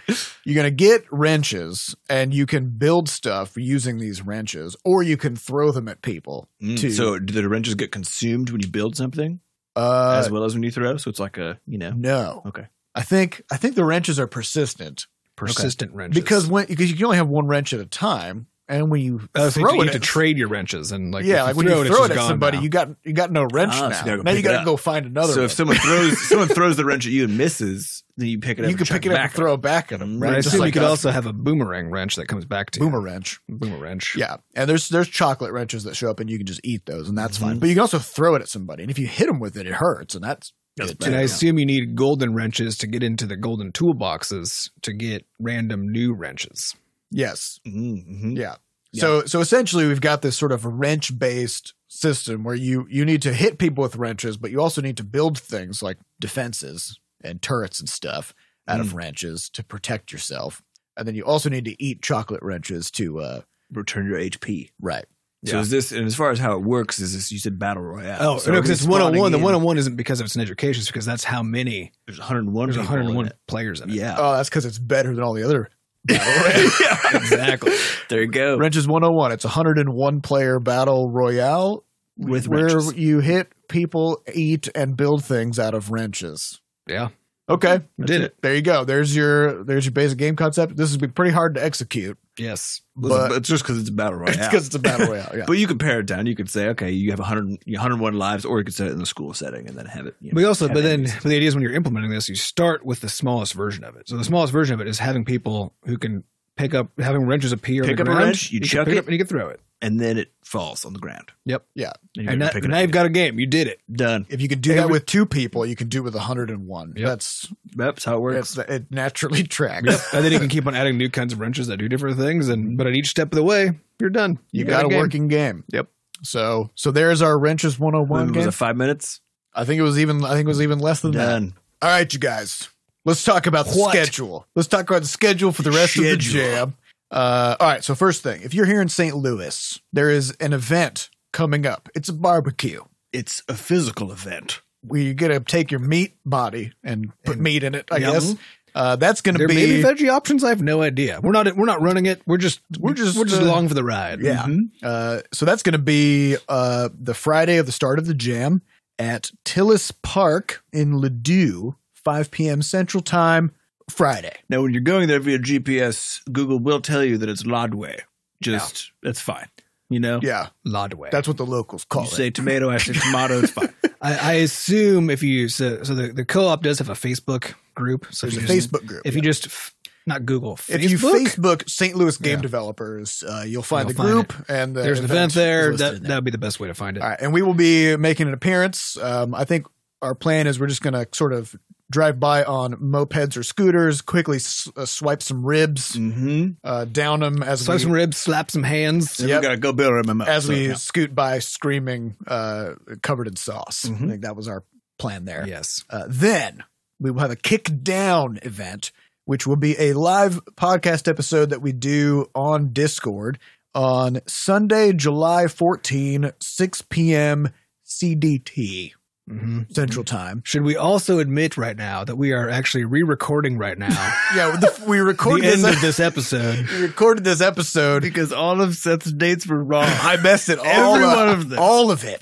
[SPEAKER 1] you're going to get wrenches and you can build stuff using these wrenches or you can throw them at people.
[SPEAKER 2] Mm.
[SPEAKER 1] to-
[SPEAKER 2] So do the wrenches get consumed when you build something
[SPEAKER 1] Uh,
[SPEAKER 2] as well as when you throw? So it's like a, you know,
[SPEAKER 1] no.
[SPEAKER 2] Okay.
[SPEAKER 1] I think I think the wrenches are persistent
[SPEAKER 3] Persistent wrenches
[SPEAKER 1] because when because you can only have one wrench at a time and when you
[SPEAKER 3] oh, so you
[SPEAKER 1] throw
[SPEAKER 3] have
[SPEAKER 1] it
[SPEAKER 3] to
[SPEAKER 1] at-
[SPEAKER 3] trade your wrenches and like
[SPEAKER 1] yeah, like
[SPEAKER 3] if you
[SPEAKER 1] when
[SPEAKER 3] throw
[SPEAKER 1] you
[SPEAKER 3] it, it's
[SPEAKER 1] throw it
[SPEAKER 3] just
[SPEAKER 1] at
[SPEAKER 3] gone
[SPEAKER 1] somebody,
[SPEAKER 3] now.
[SPEAKER 1] you got you got no wrench now.
[SPEAKER 2] Ah, so you gotta go
[SPEAKER 1] now you
[SPEAKER 2] pick it
[SPEAKER 1] got to
[SPEAKER 2] up.
[SPEAKER 1] go find another.
[SPEAKER 2] so
[SPEAKER 1] one.
[SPEAKER 2] if someone throws someone throws the wrench at you and misses, then you pick it up.
[SPEAKER 1] you
[SPEAKER 2] and
[SPEAKER 1] can
[SPEAKER 2] chuck
[SPEAKER 1] pick it up
[SPEAKER 2] back
[SPEAKER 1] and throw it back at them,
[SPEAKER 2] Mm,
[SPEAKER 3] But
[SPEAKER 1] right?
[SPEAKER 3] I
[SPEAKER 2] Just
[SPEAKER 3] assume
[SPEAKER 2] like
[SPEAKER 3] you could
[SPEAKER 2] us.
[SPEAKER 3] also have a boomerang wrench that comes back to
[SPEAKER 1] boomer wrench.
[SPEAKER 3] you. boomer wrench.
[SPEAKER 1] Yeah, and there's there's chocolate wrenches that show up, and you can just eat those, and that's fine.
[SPEAKER 2] Mhm.
[SPEAKER 1] But you can also throw it at somebody, and if you hit them with it, it hurts, and that's
[SPEAKER 2] That's
[SPEAKER 1] good,
[SPEAKER 2] bad.
[SPEAKER 3] And I
[SPEAKER 1] too.
[SPEAKER 3] assume you need golden wrenches to get into the golden toolboxes to get random new wrenches.
[SPEAKER 1] Yes.
[SPEAKER 2] Mm-hmm.
[SPEAKER 1] Yeah. So so essentially, we've got this sort of wrench based system where you you need to hit people with wrenches, but you also need to build things like defenses and turrets and stuff out of wrenches to protect yourself, and then you also need to eat chocolate wrenches to uh
[SPEAKER 2] Return your HP.
[SPEAKER 1] right.
[SPEAKER 2] So
[SPEAKER 3] Yeah.
[SPEAKER 2] is this and as far as how it works is this you said battle royale.
[SPEAKER 3] Oh,
[SPEAKER 2] so
[SPEAKER 3] no, because it's one on one. The one
[SPEAKER 2] one
[SPEAKER 3] on one isn't because it's an education; it's because that's how many.
[SPEAKER 2] there's 101.
[SPEAKER 3] There's
[SPEAKER 2] people
[SPEAKER 3] 101
[SPEAKER 2] in it.
[SPEAKER 3] players in it.
[SPEAKER 2] Yeah.
[SPEAKER 1] Oh, that's because it's better than all the other. battle royales.
[SPEAKER 3] exactly.
[SPEAKER 2] There you go.
[SPEAKER 1] Wrenches 101. It's a 101 player battle royale
[SPEAKER 2] With
[SPEAKER 1] where
[SPEAKER 2] wrenches.
[SPEAKER 1] you hit people, eat, and build things out of wrenches.
[SPEAKER 3] Yeah,
[SPEAKER 1] Okay,
[SPEAKER 3] did it.
[SPEAKER 1] there you go. There's your there's your basic game concept. This would be pretty hard to execute.
[SPEAKER 3] Yes,
[SPEAKER 1] But-
[SPEAKER 2] But, it's just because it's a battle royale.
[SPEAKER 1] It's because it's a battle royale. Yeah.
[SPEAKER 2] But you can pare it down. You could say, okay, you have 100, 101 lives, or you could set it in the school setting and then have it. You know,
[SPEAKER 3] but also,
[SPEAKER 2] have
[SPEAKER 3] but
[SPEAKER 2] it
[SPEAKER 3] then,
[SPEAKER 2] in-
[SPEAKER 3] but the idea is when you're implementing this, you start with the smallest version of it. So the smallest version of it is having people who can pick up having wrenches appear. on
[SPEAKER 2] Pick
[SPEAKER 3] the
[SPEAKER 2] up a
[SPEAKER 3] ground,
[SPEAKER 2] wrench, you
[SPEAKER 3] can
[SPEAKER 2] chuck
[SPEAKER 3] pick
[SPEAKER 2] it.
[SPEAKER 3] up and you can throw it.
[SPEAKER 2] and then it falls on the ground.
[SPEAKER 3] Yep.
[SPEAKER 2] And, you
[SPEAKER 3] And,
[SPEAKER 2] gotta
[SPEAKER 3] that,
[SPEAKER 2] pick it
[SPEAKER 3] now
[SPEAKER 2] up.
[SPEAKER 3] you've got a game. You did it.
[SPEAKER 2] done.
[SPEAKER 1] If you could do that
[SPEAKER 3] Every-
[SPEAKER 1] with two people, you can do it with 101.
[SPEAKER 3] Yep.
[SPEAKER 1] That's
[SPEAKER 2] That's how it works.
[SPEAKER 1] that's it naturally tracks.
[SPEAKER 3] Yep. and then you can keep on adding new kinds of wrenches that do different things. And but at each step of the way, you're done.
[SPEAKER 1] You got a
[SPEAKER 3] game.
[SPEAKER 1] working game.
[SPEAKER 3] Yep.
[SPEAKER 1] So so there's our wrenches 101
[SPEAKER 2] One was
[SPEAKER 1] game.
[SPEAKER 2] it five minutes?
[SPEAKER 1] I think it was even I think it was even less than that.
[SPEAKER 2] Done.
[SPEAKER 1] All right, you guys. Let's talk about the
[SPEAKER 3] What?
[SPEAKER 1] schedule. Let's talk about the schedule for the rest of the
[SPEAKER 2] Schedule.
[SPEAKER 1] jam. Uh, all right. So first thing, if you're here in St. Louis, there is an event coming up. It's a barbecue.
[SPEAKER 2] It's a physical event.
[SPEAKER 1] Where you get to take your meat body and put
[SPEAKER 3] And-
[SPEAKER 1] meat in it. I
[SPEAKER 3] Yum.
[SPEAKER 1] guess uh, that's going to
[SPEAKER 3] There
[SPEAKER 1] be.
[SPEAKER 3] may be veggie options. I have no idea. We're not. We're not running it. We're just.
[SPEAKER 1] We're just,
[SPEAKER 3] We're just
[SPEAKER 1] uh,
[SPEAKER 3] along for the ride. Mm-hmm.
[SPEAKER 1] Yeah.
[SPEAKER 2] Mhm.
[SPEAKER 1] Uh, so that's going to be uh, the Friday of the start of the jam at Tillis Park in Ladue, 5 p.m. Central Time, Friday.
[SPEAKER 2] Now, when you're going there via GPS, Google will tell you that it's Lodway. Just that's fine. You know,
[SPEAKER 1] Yeah,
[SPEAKER 3] Lodway.
[SPEAKER 1] that's what the locals call
[SPEAKER 2] you
[SPEAKER 1] it.
[SPEAKER 2] say tomato, I say tomato. It's fine.
[SPEAKER 3] I, I assume if you so, so the, the co-op does have a Facebook group. So if
[SPEAKER 1] There's a
[SPEAKER 3] you just,
[SPEAKER 1] Facebook group.
[SPEAKER 3] If you just f- not Google
[SPEAKER 1] if
[SPEAKER 3] Facebook,
[SPEAKER 1] you Facebook St. Louis game
[SPEAKER 3] Yeah.
[SPEAKER 1] developers, uh, you'll find
[SPEAKER 3] You'll
[SPEAKER 1] the
[SPEAKER 3] find
[SPEAKER 1] group and the
[SPEAKER 3] there's an event
[SPEAKER 1] is
[SPEAKER 3] there.
[SPEAKER 1] listed
[SPEAKER 3] That
[SPEAKER 1] in
[SPEAKER 3] that would be the best way to find it.
[SPEAKER 1] All right, and we will be making an appearance. Um, I think our plan is we're just going to sort of drive by on mopeds or scooters, quickly s- uh, swipe some ribs,
[SPEAKER 2] mm-hmm.
[SPEAKER 1] uh, down them as
[SPEAKER 3] Slap
[SPEAKER 1] we
[SPEAKER 3] Mm. some ribs, slap some hands.
[SPEAKER 2] So
[SPEAKER 1] Yep.
[SPEAKER 2] we gotta go build our MMO.
[SPEAKER 1] as
[SPEAKER 2] So,
[SPEAKER 1] we
[SPEAKER 2] yeah.
[SPEAKER 1] scoot by screaming uh, covered in sauce. I
[SPEAKER 3] Mm-hmm.
[SPEAKER 2] Mhm.
[SPEAKER 1] think that was our plan there.
[SPEAKER 3] Yes.
[SPEAKER 1] Uh, then we will have a kick down event, which will be a live podcast episode that we do on Discord on Sunday, July 14, 6 p.m. CDT
[SPEAKER 3] hmm
[SPEAKER 1] Central Time.
[SPEAKER 3] Should we also admit right now that we are actually re-recording right now
[SPEAKER 1] Yeah, the, we
[SPEAKER 3] the
[SPEAKER 1] recorded
[SPEAKER 3] end
[SPEAKER 1] this.
[SPEAKER 3] of this episode?
[SPEAKER 1] we recorded this episode.
[SPEAKER 2] because all of Seth's dates were wrong.
[SPEAKER 1] I messed it all
[SPEAKER 2] Every
[SPEAKER 1] up.
[SPEAKER 2] one of them.
[SPEAKER 1] All of it.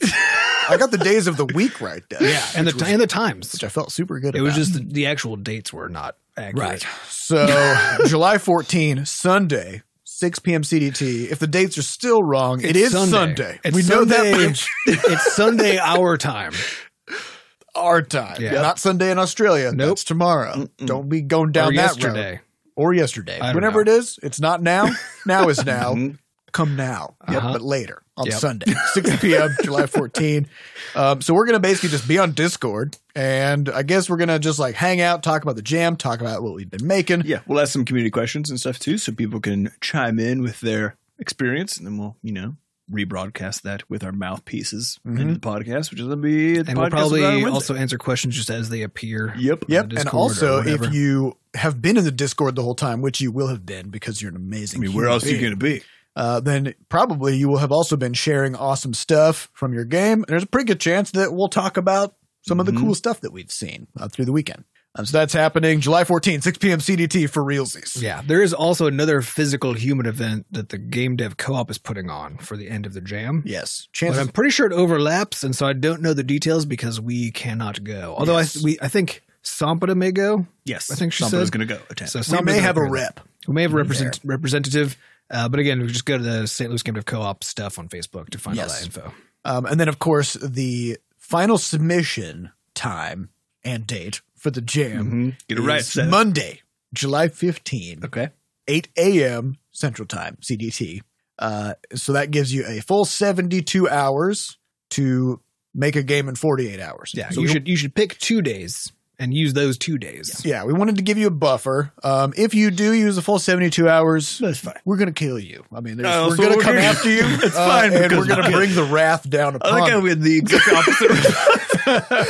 [SPEAKER 1] I got the days of the week right there.
[SPEAKER 3] Yeah, and the
[SPEAKER 1] which was-
[SPEAKER 3] and the times.
[SPEAKER 1] which I felt super good
[SPEAKER 3] It
[SPEAKER 1] about.
[SPEAKER 3] was just the, the actual dates were not accurate.
[SPEAKER 1] Right. So July 14, Sunday, 6 p.m. CDT. If the dates are still wrong, it's Sunday.
[SPEAKER 3] It's
[SPEAKER 1] we know that
[SPEAKER 3] Sunday.
[SPEAKER 1] much.
[SPEAKER 3] it's Sunday our time.
[SPEAKER 1] our time.
[SPEAKER 3] Yeah.
[SPEAKER 1] Not Sunday in Australia.
[SPEAKER 3] Nope.
[SPEAKER 1] That's tomorrow.
[SPEAKER 2] Mm-mm.
[SPEAKER 1] Don't be going down
[SPEAKER 3] or
[SPEAKER 1] that road.
[SPEAKER 3] yesterday.
[SPEAKER 1] Or yesterday.
[SPEAKER 3] I don't
[SPEAKER 1] Whenever
[SPEAKER 3] know.
[SPEAKER 1] it is, it's not now. Now is now.
[SPEAKER 2] Mhm.
[SPEAKER 1] Come now.
[SPEAKER 3] Yep.
[SPEAKER 1] But later on
[SPEAKER 3] Uh-huh. Yep.
[SPEAKER 1] Sunday, 6 p.m., July 14. Um, so we're going to basically just be on Discord. And I guess we're going to just like hang out, talk about the jam, talk about what we've been making.
[SPEAKER 2] Yeah, we'll ask some community questions and stuff too, so people can chime in with their experience, and then we'll you know rebroadcast that with our mouthpieces into the podcast, which is gonna be the
[SPEAKER 3] Mm-hmm. And
[SPEAKER 2] podcast
[SPEAKER 3] we'll
[SPEAKER 2] about
[SPEAKER 3] probably
[SPEAKER 2] Wednesday.
[SPEAKER 3] also answer questions just as they appear.
[SPEAKER 2] yep
[SPEAKER 3] Yeah.
[SPEAKER 1] Yep. And
[SPEAKER 3] the Discord or
[SPEAKER 1] also,
[SPEAKER 3] whatever.
[SPEAKER 1] if you have been in the Discord the whole time, which you will have been because you're an amazing.
[SPEAKER 2] I mean,
[SPEAKER 1] human
[SPEAKER 2] where else are you
[SPEAKER 1] being,
[SPEAKER 2] gonna be?
[SPEAKER 1] Uh, then probably you will have also been sharing awesome stuff from your game. And there's a pretty good chance that we'll talk about some of the
[SPEAKER 2] Mhm.
[SPEAKER 1] cool stuff that we've seen uh, through the weekend. Um, so that's happening July 14, 6 p.m. CDT for realsies.
[SPEAKER 3] Yeah, there is also another physical human event that the game dev co-op is putting on for the end of the jam.
[SPEAKER 1] Yes.
[SPEAKER 3] But
[SPEAKER 1] Chances.
[SPEAKER 3] I'm pretty sure it overlaps, and so I don't know the details because we cannot go. Although
[SPEAKER 1] Yes.
[SPEAKER 3] I we I think Sampada may go.
[SPEAKER 2] Yes,
[SPEAKER 3] I think she
[SPEAKER 2] Somebody's
[SPEAKER 3] said-
[SPEAKER 2] gonna go attend.
[SPEAKER 3] So
[SPEAKER 1] we
[SPEAKER 3] Sampada's
[SPEAKER 1] may
[SPEAKER 3] not
[SPEAKER 1] have a
[SPEAKER 3] gonna go.
[SPEAKER 1] rep.
[SPEAKER 3] We may have a represent, representative. Uh, but again, we just go to the St. Louis Game of Co-op stuff on Facebook to find all
[SPEAKER 1] Yes.
[SPEAKER 3] that info.
[SPEAKER 1] Um, and then, of course, the final submission time and date for the jam
[SPEAKER 2] Mhm. Get it right,
[SPEAKER 1] is
[SPEAKER 2] Seth.
[SPEAKER 1] Monday, July 15.
[SPEAKER 2] okay,
[SPEAKER 1] 8 a.m. Central Time, CDT. Uh, so that gives you a full 72 hours to make a game in 48 hours.
[SPEAKER 3] Yeah,
[SPEAKER 1] So
[SPEAKER 3] you
[SPEAKER 1] we-
[SPEAKER 3] should you should pick two days and use those two days.
[SPEAKER 1] Yeah, we wanted to give you a buffer. Um, if you do use the full 72 hours,
[SPEAKER 2] that's fine.
[SPEAKER 1] we're going to kill you. I mean, there's,
[SPEAKER 2] Oh,
[SPEAKER 1] we're
[SPEAKER 2] so
[SPEAKER 1] going
[SPEAKER 2] we're
[SPEAKER 1] to come
[SPEAKER 2] gonna-
[SPEAKER 1] after you. uh,
[SPEAKER 2] It's fine
[SPEAKER 1] And
[SPEAKER 2] because
[SPEAKER 1] we're going to
[SPEAKER 2] we-
[SPEAKER 1] bring the wrath down
[SPEAKER 2] I like
[SPEAKER 1] upon
[SPEAKER 2] how
[SPEAKER 1] you.
[SPEAKER 2] we had the exact opposite. Uh,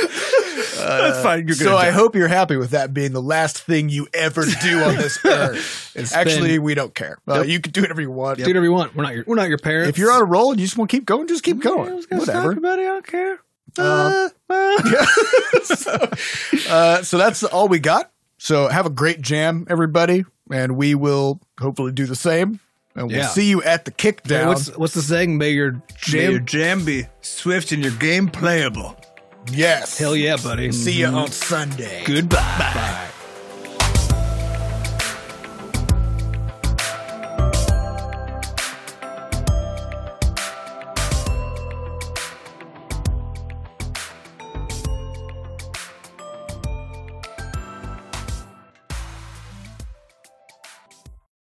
[SPEAKER 2] that's fine. You're
[SPEAKER 1] Uh, So
[SPEAKER 2] gonna.
[SPEAKER 1] I
[SPEAKER 2] die.
[SPEAKER 1] hope you're happy with that being the last thing you ever do on this earth. Actually,
[SPEAKER 3] been-
[SPEAKER 1] we don't care. Uh, You can do whatever you want.
[SPEAKER 3] Do whatever you want. We're not your we're not your parents.
[SPEAKER 1] If you're on a roll and you just want to keep going, just keep
[SPEAKER 2] Yeah, I
[SPEAKER 1] going.
[SPEAKER 2] was gonna
[SPEAKER 1] Whatever.
[SPEAKER 2] talk about it, I don't care.
[SPEAKER 1] Um,
[SPEAKER 2] Uh, uh.
[SPEAKER 1] so, uh, so that's all we got. So have a great jam, everybody, and we will hopefully do the same. And we'll
[SPEAKER 3] Yeah.
[SPEAKER 1] see you at the
[SPEAKER 3] Hey,
[SPEAKER 1] kickdown.
[SPEAKER 3] what's what's the saying? May your
[SPEAKER 2] May
[SPEAKER 3] jam.
[SPEAKER 2] your jam be swift and your game playable.
[SPEAKER 1] yes.
[SPEAKER 3] Hell yeah, buddy.
[SPEAKER 1] See you on Sunday.
[SPEAKER 3] Goodbye.